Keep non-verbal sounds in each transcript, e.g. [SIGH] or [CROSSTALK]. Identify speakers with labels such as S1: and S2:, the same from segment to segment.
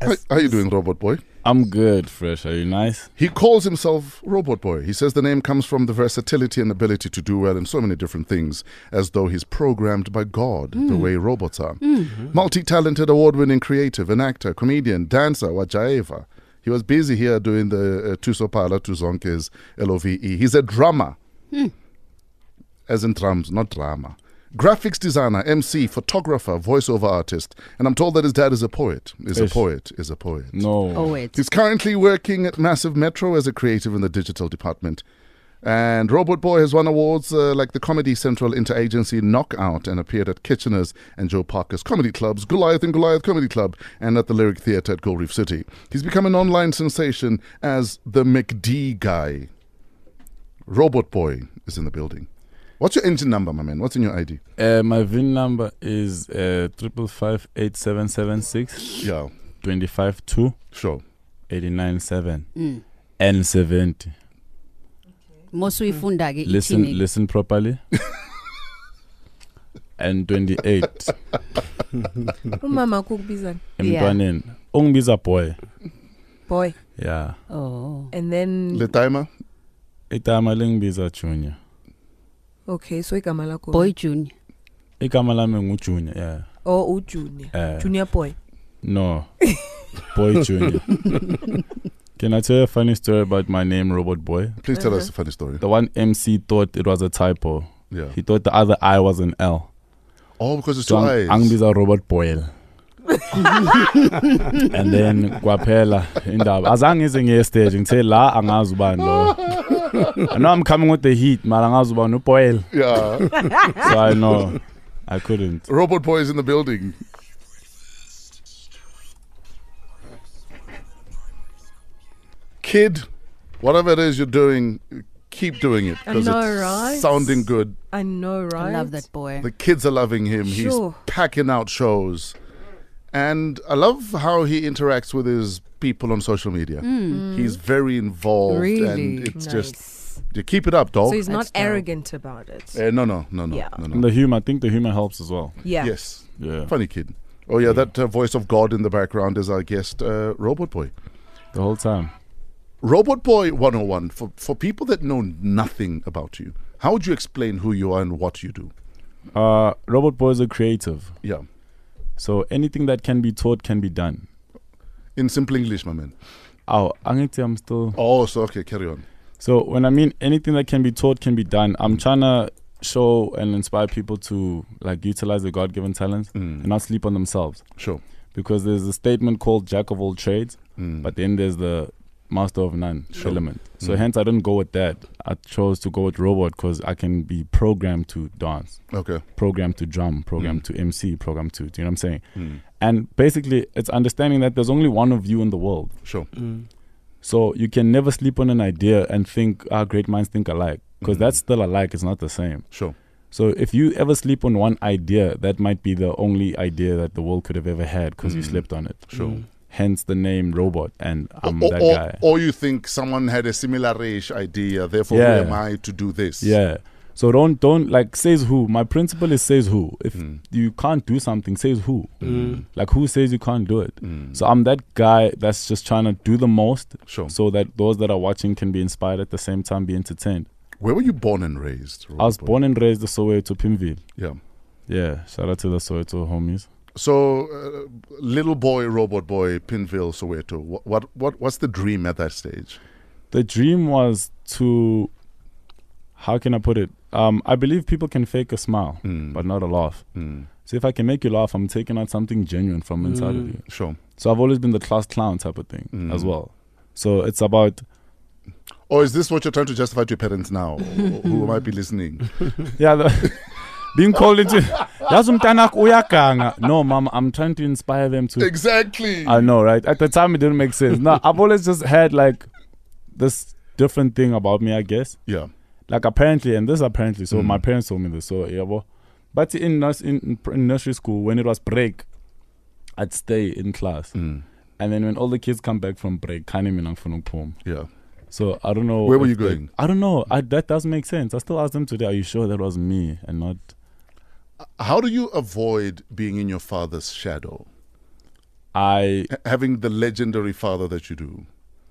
S1: How, how you doing, Robot Boy?
S2: I'm good, Fresh. Are you nice?
S1: He calls himself Robot Boy. He says the name comes from the versatility and ability to do well in so many different things, as though he's programmed by God the way robots are. Multi talented, award winning creative, an actor, comedian, dancer, Wajaeva. He was busy here doing the uh, Tusopala Tuzonke's LOVE. E. He's a drummer, as in drums, not drama. Graphics designer, MC, photographer, voiceover artist, and I'm told that his dad is a poet. Is a
S2: Ish.
S1: poet. Is a poet.
S2: No.
S3: Oh, wait.
S1: He's currently working at Massive Metro as a creative in the digital department. And Robot Boy has won awards uh, like the Comedy Central Interagency Knockout and appeared at Kitchener's and Joe Parker's comedy clubs, Goliath and Goliath Comedy Club, and at the Lyric Theatre at Gold Reef City. He's become an online sensation as the McD guy. Robot Boy is in the building. What's your engine number, my man? What's in your ID?
S2: Uh, my VIN number is uh, triple five eight seven seven six
S1: Yeah,
S2: twenty five two
S1: sure.
S2: eighty nine seven
S3: Mm.
S2: N seventy.
S3: Mosuifunda-ke
S2: Listen,
S3: ithini?
S2: listen properly. N twenty eight.
S4: umama kukubizani
S2: Mntwaneni. Ungibiza boy.
S4: boy
S2: Yeah.
S3: Oh.
S4: and then
S1: Le timer?
S2: Igama lingibiza Junior.
S4: okay so igama lakho
S3: Boy Junior.
S2: Igama lami ngu Junior. Yeah.
S4: or ujunior
S2: Eh.
S4: Oh, junior boy
S2: No. Boy Junior. Can I tell you a funny story about my name, Robot Boy?
S1: Please tell
S4: Uh-huh.
S1: us a funny story.
S2: The one MC thought it was a typo.
S1: Yeah.
S2: He thought the other I was an L.
S1: Oh, because it's two
S2: So ang-
S1: eyes.
S2: angibiza Robert Boyle. and then kwaphela indaba azange ize ngeye stage ngithe la angazi ubani lo i know i'm coming with the heat mara angazi ubani uboyle
S1: Yeah.
S2: so i know i couldn't
S1: Robot Boy is in the building. Kid, whatever it is you're doing, keep doing it
S4: I
S1: because
S4: know,
S1: it's
S4: right?
S1: sounding good.
S4: i know
S3: I
S4: right
S3: love that boy.
S1: The kids are loving him.
S4: Sure.
S1: He's packing out shows. And I love how he interacts with his people on social media. He's very involved
S3: Really?
S1: and it's
S4: Hmm. nice.
S1: just you keep it up, dog.
S4: so he's not
S3: That's dope.
S4: arrogant about it
S1: Eh, no, no, no, no,
S4: Yeah.
S1: no,
S2: and
S1: no.
S2: the humor i think the humor helps as well
S4: yeah
S1: Yes.
S2: yeah
S1: Funny kid. Oh
S2: Hmm.
S1: yeah, that uh, voice of God in the background is our guest, uh, Robot Boy.
S2: the whole time
S1: Robot Boy 101, for, for people that know nothing about you, how would you explain who you are and what you do?
S2: uh robot boy is a creative
S1: Yeah.
S2: so anything that can be taught can be done
S1: In simple English, my man.
S2: oh angithi i'm still
S1: Oh, so okay, carry on.
S2: So when I mean anything that can be taught can be done, I'm trying to show and inspire people to like utilize their God-given talents
S1: Mm.
S2: and not sleep on themselves.
S1: Sure.
S2: Because there's a statement called "jack of all trades,"
S1: Mm.
S2: but then there's the master of none
S1: Sure.
S2: element. So
S1: Mm.
S2: hence, I didn't go with that. I chose to go with robot because I can be programmed to dance,
S1: okay.
S2: programmed to drum, programmed
S1: Mm.
S2: to MC, programmed to. Do you know what I'm saying?
S1: Mm.
S2: And basically, it's understanding that there's only one of you in the world.
S1: Sure.
S2: So you can never sleep on an idea and think our great minds think alike because
S1: Mhm.
S2: that's still alike. It's not the same.
S1: Sure.
S2: So if you ever sleep on one idea, that might be the only idea that the world could have ever had because you
S1: Mhm.
S2: slept on it.
S1: Sure.
S2: Hence the name robot, and I'm
S1: or,
S2: that
S1: or-
S2: guy.
S1: or you think someone had a similar-ish idea, therefore
S2: Yeah.
S1: who am I to do this?
S2: Yeah. So don't don't like says who. My principle is says who. If
S1: Mm.
S2: you can't do something, says who.
S1: Mm.
S2: Like who says you can't do it.
S1: Mm.
S2: So I'm that guy that's just trying to do the most,
S1: Sure.
S2: so that those that are watching can be inspired at the same time, be entertained.
S1: Where were you born and raised?
S2: I was
S1: Robot Boy?
S2: born and raised in Soweto, Pimville.
S1: Yeah.
S2: Yeah, shout out to the Soweto homies.
S1: So, uh, little boy, robot boy, Pinville, Soweto. What, what, what, what's the dream at that stage?
S2: The dream was to, how can I put it? Um, I believe people can fake a smile,
S1: Mm.
S2: but not a laugh.
S1: Mm.
S2: So if I can make you laugh, I'm taking out something genuine from inside of
S5: Mm.
S2: you.
S1: Sure.
S2: So I've always been the class clown type of thing
S1: Mm.
S2: as well. So it's about
S1: Or is this what you're trying to justify to your parents now,
S4: [LAUGHS]
S1: who who might be listening?
S2: yeah, the, [LAUGHS] being called
S1: [LAUGHS]
S2: into. "Yazi umntanakho uyaganga." no, mom, I'm trying to inspire them to
S1: exactly.
S2: I know, right? At the time, it didn't make sense. No, I've always just had like this different thing about me, I guess.
S1: yeah.
S2: Like apparently, and this apparently, so
S1: Mm.
S2: my parents told me this. So yeah, well, but in, nurs- in in nursery school, when it was break, I'd stay in class,
S1: Mm.
S2: and then when all the kids come back from break, kani mina ngifuna ukuphuma.
S1: Yeah.
S2: So I don't know.
S1: Where were
S2: if
S1: you
S2: they-
S1: going?
S2: I don't know. I, that doesn't make sense. I still ask them today. Are you sure that was me and not?
S1: How do you avoid being in your father's shadow?
S2: I
S1: H- having the legendary father that you do.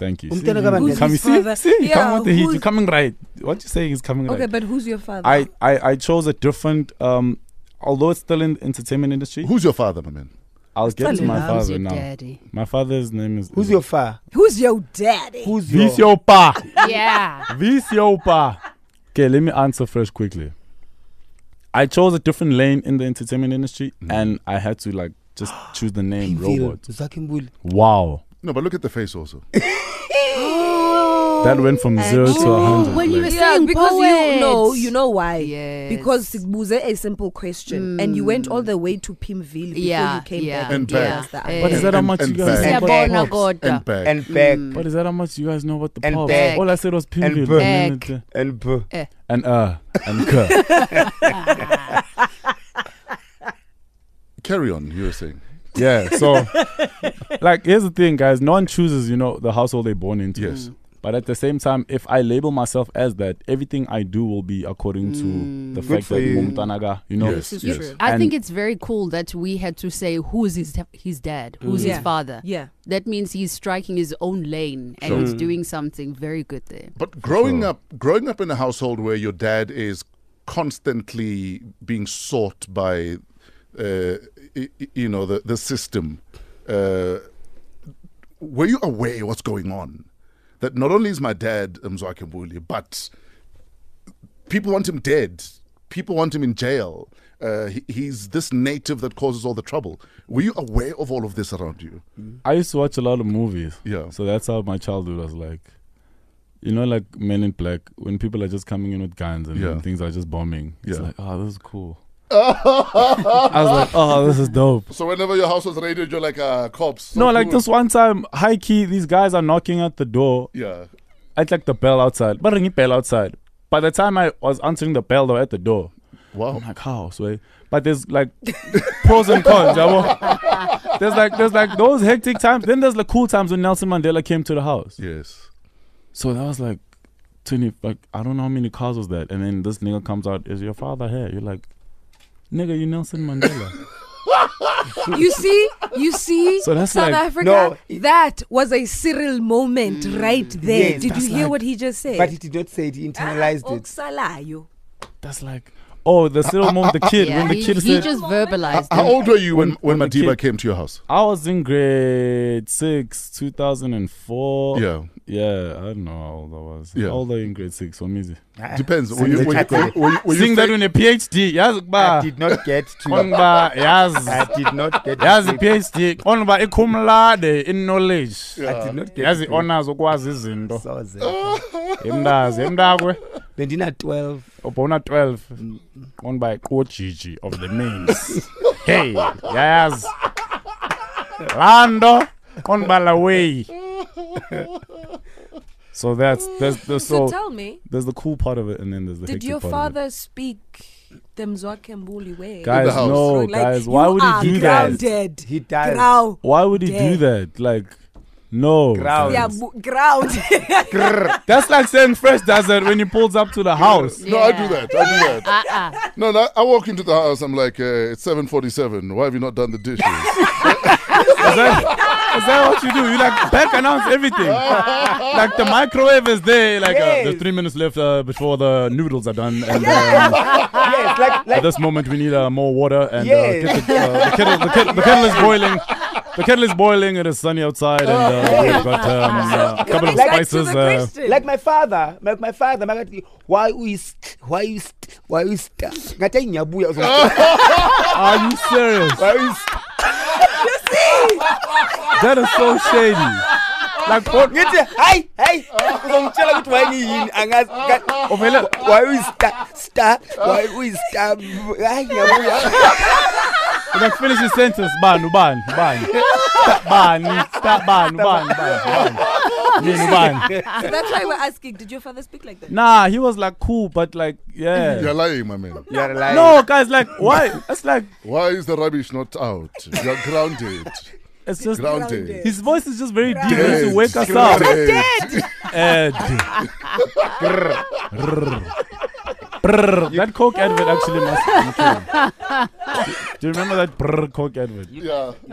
S2: thank
S4: Um,
S2: you.
S3: Umntwana kaBandela.
S2: Come,
S4: Who's
S2: see,
S4: his
S2: see, come
S4: father? Yeah,
S2: with the heat.
S4: who's-
S2: You're coming right. What you saying is coming
S4: Okay,
S2: right.
S4: but who's your father?
S2: I, I I chose a different. Um, although it's still in entertainment industry,
S1: Who's your father, my man?
S2: I'll get to
S4: Tell
S2: my
S4: him.
S2: father
S5: your
S2: now.
S5: daddy?
S2: My father's name is.
S3: Who's
S2: is
S3: your fa?
S4: Who's your daddy?
S3: Who's your?
S2: This your pa.
S5: [GASPS] yeah.
S2: This your pa. Okay, let me answer first quickly. I chose a different lane in the entertainment industry, and I had to like just choose the name
S3: Pinfield,
S2: Robot.
S3: Zakimbuli.
S2: Wow,
S1: No, but look at the face also.
S2: that went from zero to
S5: Actually,
S2: a hundred.
S5: when you
S2: like-
S5: were
S4: yeah,
S5: saying
S4: because you know,
S5: poets.
S4: you know why.
S5: Yes.
S4: Because Sigbuze a simple question, and you went all the way to Pimville before
S5: Mm. Yeah,
S4: you came
S5: yeah,
S4: back
S1: And back.
S4: gave us the
S5: Eh.
S2: But is
S5: And-
S2: that how
S1: and-
S2: much
S1: and
S2: you guys know
S3: back.
S2: about
S5: Siyabona
S2: pops?
S5: kodwa.
S1: And back.
S3: And back.
S4: Hmm.
S2: But is that how much you guys know about the
S3: And
S2: pops?
S3: back.
S2: All I said was Pinfield.
S5: back.
S2: then it- uh,
S3: And b-
S2: And uh, and k.
S1: Carry on, you were saying.
S2: yeah. So, [LAUGHS] like, here's the thing, guys. No one chooses, you know, the household they're born into.
S1: Yes.
S2: But at the same time, if I label myself as that, everything I do will be according to the
S3: Good
S2: fact
S3: for
S2: that
S3: you.
S2: Mumtanaga, you know,
S1: Yes,
S4: This is
S1: yes.
S4: true.
S5: I
S2: And-
S5: think it's very cool that we had to say who's his his dad,
S2: Mm.
S5: who's
S4: Yeah.
S5: his father.
S4: Yeah.
S5: That means he's striking his own lane and
S1: Sure.
S2: Mm.
S5: he's doing something very good there.
S1: But growing
S2: sure.
S1: up, growing up in a household where your dad is constantly being sought by, uh, y- y- you know, the the system, uh, were you aware what's going on? That not only is my dad Mzwakembuli, but people want him dead. People want him in jail. Uh, he, he's this native that causes all the trouble. Were you aware of all of this around you?
S2: I used to watch a lot of movies.
S1: Yeah.
S2: So that's how my childhood was like. You know, like Men in Black, when people are just coming in with guns and
S1: Yeah.
S2: things are just bombing. It's
S1: Yeah.
S2: like, oh, this is cool. I was like, oh, this is dope.
S1: So whenever your house was raided, you're like, uh, cops.
S2: No, like
S1: something-
S2: this one time, high key, these guys are knocking at the door.
S1: Yeah.
S2: I'd like the bell outside, but ringing bell outside. By the time I was answering the bell, they were at the door. Oh
S1: Wow.
S2: I'm like, how? So, but there's like pros and cons. you know? There's like there's like those hectic times. Then there's the cool times when Nelson Mandela came to the house.
S1: Yes.
S2: So that was like twenty. Like I don't know how many cars was that. And then this nigga comes out. Is your father here? You're like, nigga, you Nelson Mandela.
S4: you see, you see,
S2: So that's
S4: South
S2: like- Mm,
S4: Africa.
S3: No.
S4: that was a Cyril moment right there.
S3: Yes,
S4: Did
S2: that's
S4: you hear
S2: like-
S4: what he just said?
S3: But he did not say it. He internalized
S4: Ah,
S3: it.
S4: okusalayo.
S2: That's like, oh, the little moment, the kid
S5: Yeah,
S2: when the
S5: he,
S2: kid
S5: he
S2: said,
S5: just verbalized
S1: How
S5: it.
S1: old were you when, when
S2: when the
S1: Madiba
S2: kid-
S1: came to your house?
S2: I was in grade six, two thousand and four.
S1: Yeah,
S2: Yeah, I don't know how old I was.
S1: Yeah.
S2: How old are you in grade six? For me,
S3: Ah,
S1: depends. Were
S3: Sing
S1: you,
S3: the
S1: were you, were
S3: title.
S1: you, were you, were you
S2: Sing that
S1: fake-
S2: with a PhD. Yazi
S3: I
S2: kuba
S3: did not get
S2: [LAUGHS]
S3: to.
S2: onba yazi.
S3: [LAUGHS] I did not get. to
S2: Yazi
S3: sleep.
S2: PhD onba ikhumlade in knowledge.
S3: I did not get.
S2: Yazi Ah.
S3: to sleep.
S2: honors ukwazi izinto.
S3: So I was, uh,
S2: Emndazi, emndakwe.
S3: Bendina twelve.
S2: Ubona 12 onba iqojiji of the
S3: [LAUGHS]
S2: mains. Hey, yazi. Lando onbala
S3: [LAUGHS]
S2: way. So that's that's the
S4: So,
S2: so
S4: tell me,
S2: there's the cool part of it, and then there's the
S4: did
S2: hectic
S4: your
S2: part of it.
S4: father speak the Mzwakembuli way?
S2: Guys,
S1: house.
S2: no,
S4: Like,
S2: guys, why
S4: you
S2: would he
S4: are
S2: do that?
S4: grounded.
S3: He does.
S4: Ground.
S2: Why would he do
S4: Dead.
S2: that? Like, no.
S3: Ground.
S4: Yeah,
S2: guys.
S4: bu-
S3: [LAUGHS]
S4: ground.
S2: That's like saying Fresh does it when he pulls up to the house.
S1: No, I do that. I do that.
S5: Uh-uh.
S1: No, no, I walk into the house. I'm like, uh, it's 7:47. Why have you not done the dishes?
S2: Is that, is that what you do? You like back announce everything. [LAUGHS] like the microwave is there. Like uh, there's three minutes left uh, before the noodles are done. And um,
S3: [LAUGHS] yes, like
S2: at
S3: like
S2: this moment we need uh, more water. And uh,
S3: Yes.
S2: get the, uh, the, kettle, the, kettle, the kettle is boiling. The kettle is boiling. It is sunny outside, and uh, we've got um, uh, a couple
S4: Coming
S2: of
S4: back
S2: spices.
S4: To the
S2: Uh,
S4: question.
S3: like my father, like my father, my God, why we st- why we st- why we st- ngathi ngiyabuya uzongitshela.
S2: are you serious?
S3: why we st-
S2: That is so shady. Like, what?
S3: ngithi hayi hayi uzongitshela ukuthi why niyini angazi ka-
S2: Uvele-
S3: Oh, why we st- st- why we st- hayi ngiyabuya
S2: Like finish the sentence, ban, ban, ban, stop ban, stop ban, ban, ban, ban, Mean ban.
S4: [LAUGHS] So that's why we're asking. Did your father speak like that?
S2: Nah, he was like cool, but like
S1: You're
S2: yeah.
S1: lying, my man.
S3: You're lying.
S2: No, guys, like why? It's like
S1: Why is the rubbish not out? You're grounded.
S2: it's just
S1: Grounded.
S2: his voice is just very deep. It used to wake us up.
S1: Grounded.
S2: Ed. Grr. Grr. Brrr, that Coke advert actually must be true. Do you remember that brrr Coke advert?
S1: Yeah.
S2: [LAUGHS]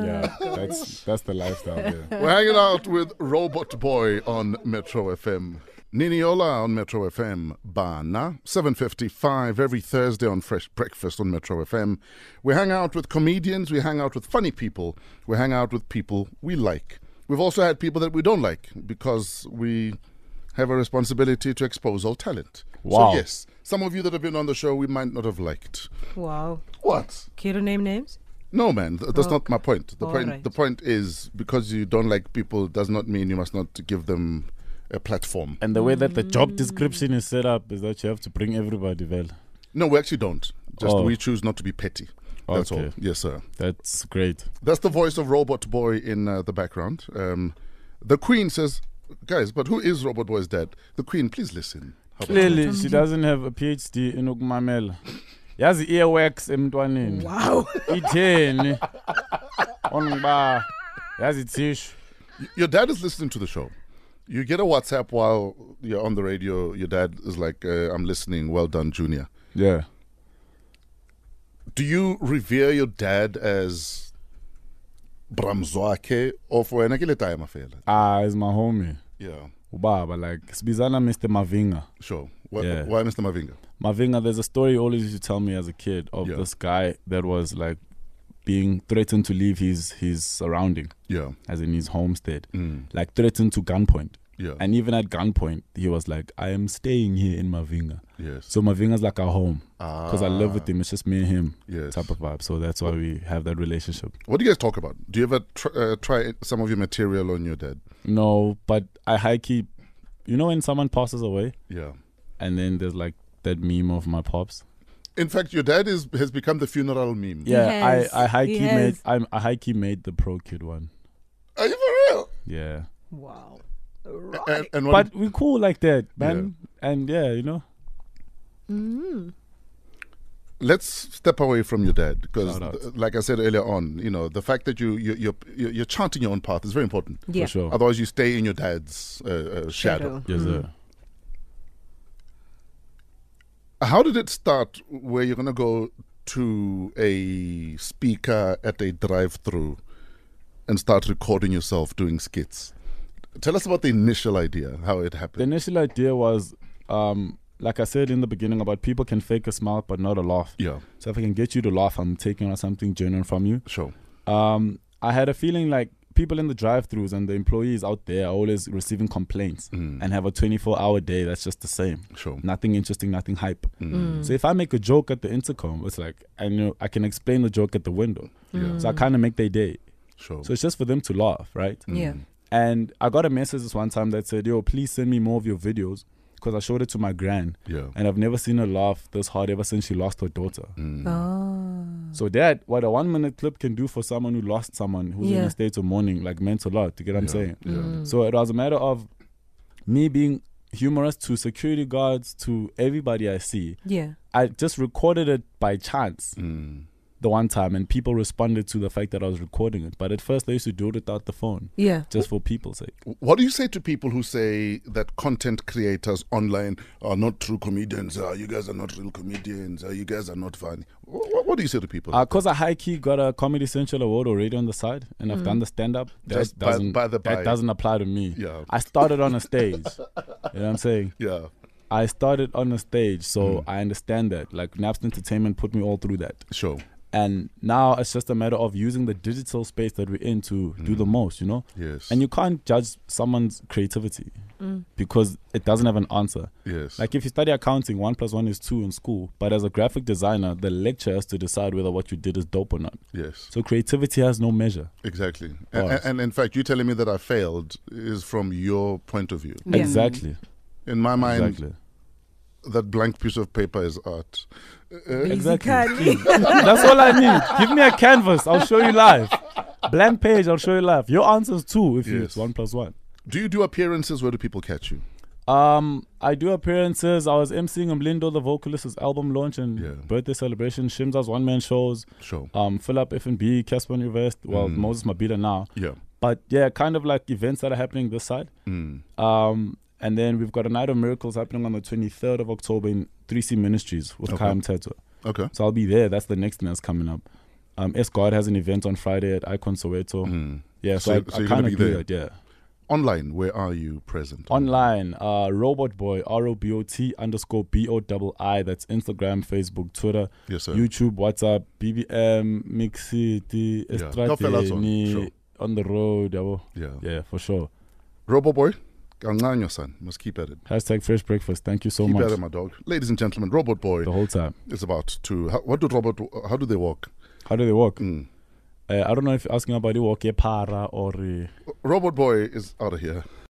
S2: Yeah, that's that's the lifestyle there.
S1: We're hanging out with Robot Boy on Metro FM. Niniola on Metro FM, Bana, 7.55 every Thursday on Fresh Breakfast on Metro FM. We hang out with comedians, we hang out with funny people, we hang out with people we like. We've also had people that we don't like because we have a responsibility to expose our talent.
S2: Wow.
S1: So yes, some of you that have been on the show we might not have liked.
S6: Wow.
S1: What?
S6: Can you name names?
S1: No, man, th- that's not my point. The
S6: All
S1: point,
S6: right.
S1: the point is because you don't like people does not mean you must not give them a platform.
S2: [LAUGHS] And the way that the job description is set up is that you have to bring everybody well.
S1: No, we actually don't. Just
S2: Oh.
S1: we choose not to be petty. That's all.
S2: Okay.
S1: Yes, sir.
S2: That's great.
S1: That's the voice of Robot Boy in uh, the background. Um, the Queen says, "Guys, but who is Robot Boy's dad?" The Queen, please listen. How about that?
S2: Clearly, she doesn't have a PhD in ukumamela. yazi earwax emntwaneni
S4: Wow.
S2: [LAUGHS] itheni ongiba yazi tissue
S1: Your dad is listening to the show. You get a WhatsApp while you're on the radio. Your dad is like, uh, "I'm listening. Well done, Junior."
S2: yeah
S1: Do you revere your dad as Bramzoake or for Enakile Taimafela?
S2: ah is my homie
S1: Yeah,
S2: ubaba like sibizana mr mavinga
S1: sure. Why,
S2: Yeah.
S1: why Mr. Mavinga?
S2: mavinga there's a story he always used to tell me as a kid of
S1: Yeah.
S2: this guy that was like being threatened to leave his his surrounding
S1: Yeah, Mm.
S2: as in his homestead like threatened to gunpoint
S1: yeah,
S2: and even at gunpoint he was like i am staying here in mavinga
S1: yes.
S2: so mavinga's like our home because I live with him. It's just me and him
S1: Yes.
S2: type of vibe. So that's why we have that relationship.
S1: What do you guys talk about? Do you ever tr- uh, try some of your material on your dad?
S2: No, but I high keep. You know when someone passes away,
S1: Yeah.
S2: and then there's like that meme of my pops.
S1: In fact, your dad is has become the funeral meme.
S2: Yeah,
S6: has.
S2: I I high
S6: He
S2: key made
S6: has.
S2: I'm, I high key made the pro kid one.
S1: Are you for real?
S2: Yeah,
S6: Wow.
S2: Uh,
S1: And, and what,
S2: but we cool like that, man. And yeah, you know.
S1: let's step away from your dad because,
S2: Shout out.
S1: like I said earlier on, you know the fact that you you you're, you're you're charting your own path is very important.
S4: Yeah.
S2: For sure.
S1: Otherwise, you stay in your dad's uh, uh, shadow.
S2: Yes, sir.
S1: How did it start where you're going to go to a speaker at a drive through and start recording yourself doing skits? Tell us about the initial idea, how it
S2: The
S1: happened.
S2: initial idea was, um, like I said in the beginning, about people can fake a smile but not a laugh.
S1: yeah,
S2: So if I can get you to laugh, I'm taking out something genuine from you.
S1: sure.
S2: um, I had a feeling like people in the drive-throughs and the employees out there are always receiving complaints and have a 24-hour day that's just the same.
S1: Mm, Sure. Mm,
S2: Nothing interesting, nothing hype. So if I make a joke at the intercom, it's like I know I can explain the joke at the window. So
S4: Mm.
S2: I kind of make their day.
S1: Sure. Mm,
S2: So it's just for them to laugh, right?
S4: Yeah.
S2: And I got a message this one time that said, "Yo, please send me more of your videos." Because I showed it to my gran,
S1: Yeah.
S2: and I've never seen her laugh this hard ever since she lost her daughter.
S4: Oh.
S2: So that what a one minute clip can do for someone who lost someone who's in
S4: Yeah.
S2: a state of mourning, like meant a lot. You get what I'm
S1: Yeah,
S2: saying?
S1: yeah. Mm.
S2: So it was a matter of me being humorous to security guards to everybody I see.
S4: Yeah.
S2: I just recorded it by chance
S1: Mm.
S2: the one time, and people responded to the fact that I was recording it. But at first, I used to do it without the phone,
S4: Yeah.
S2: just for people's sake.
S1: What do you say to people who say that content creators online are not true comedians? Uh, you guys are not real comedians. Uh, you guys are not funny. What, what do you say to people?
S2: Because Uh, I high key got a Comedy Central award already on the side, and I've done the stand up. That
S1: Mm. Just by-
S2: doesn't
S1: by the by.
S2: that doesn't apply to me.
S1: Yeah.
S2: I started on a stage.
S1: [LAUGHS]
S2: you know what I'm saying?
S1: yeah.
S2: I started on a stage,
S1: Mm.
S2: so I understand that. Like Napster Entertainment put me all through that.
S1: Sure.
S2: And now it's just a matter of using the digital space that we're in to do the most, you know?
S1: Mm. Yes.
S2: And you can't judge someone's creativity because it doesn't have an answer.
S1: Yes.
S2: Like if you study accounting, one plus one is two in school, but as a graphic designer, the lecture has to decide whether what you did is dope or not.
S1: yes.
S2: So creativity has no measure.
S1: Exactly. And,
S2: Bars.
S1: and in fact, you telling me that I failed is from your point of view.
S4: Yeah.
S2: Exactly.
S1: In my mind,
S2: Exactly.
S1: that blank piece of paper is art.
S2: Exactly. That's all I need. Give me a canvas. I'll show you live. Blank page. I'll show you live. Your answers too. If you
S1: Yes.
S2: it's one plus one.
S1: Do you do appearances? Where do people catch you?
S2: Um, I do appearances. I was emceeing Mlindo, the vocalist's album launch and
S1: Yeah.
S2: birthday celebration. Shimza's one man shows.
S1: Sure.
S2: Um, Philip F and B, Casper Newvest. Well,
S1: Mm.
S2: Moses Mabila now.
S1: Yeah. Hmm.
S2: But yeah, kind of like events that are happening this side. Um, And then we've got a night of miracles happening on the 23rd of October in 3C Ministries with
S1: Okay.
S2: okay. Kaim Teto.
S1: Okay.
S2: So I'll be there. That's the next thing that's coming up. Um, S God has an event on Friday at Icon Soweto. Yeah,
S1: Mm-hmm. Hmm. So-
S2: so,
S1: so
S2: I,
S1: you're
S2: I
S1: gonna
S2: kind
S1: be
S2: of do
S1: there.
S2: that. Yeah.
S1: Online, where are you present?
S2: Online, uh, Robot Boy, R O B O T underscore B O double I. That's Instagram, Facebook, Twitter,
S1: Yes, sir.
S2: YouTube, WhatsApp, BBM, Mixity,
S1: Yeah. Tell fellas on, sure.
S2: Estradini, on the road. yabo.
S1: Yeah.
S2: Yeah, for sure.
S1: Robo boy, Kanganyo son. Must keep at it.
S2: Hashtag Fresh Breakfast. Thank you so
S1: keep at it,
S2: much.
S1: my dog. Ladies and gentlemen, Robot Boy
S2: The whole time.
S1: is about to. How, what do robot? How do they walk?
S2: How do they walk?
S1: Mm.
S2: Uh, I don't know if you're asking about the walk, yeah, para or. Uh,
S1: Robot Boy is out of here.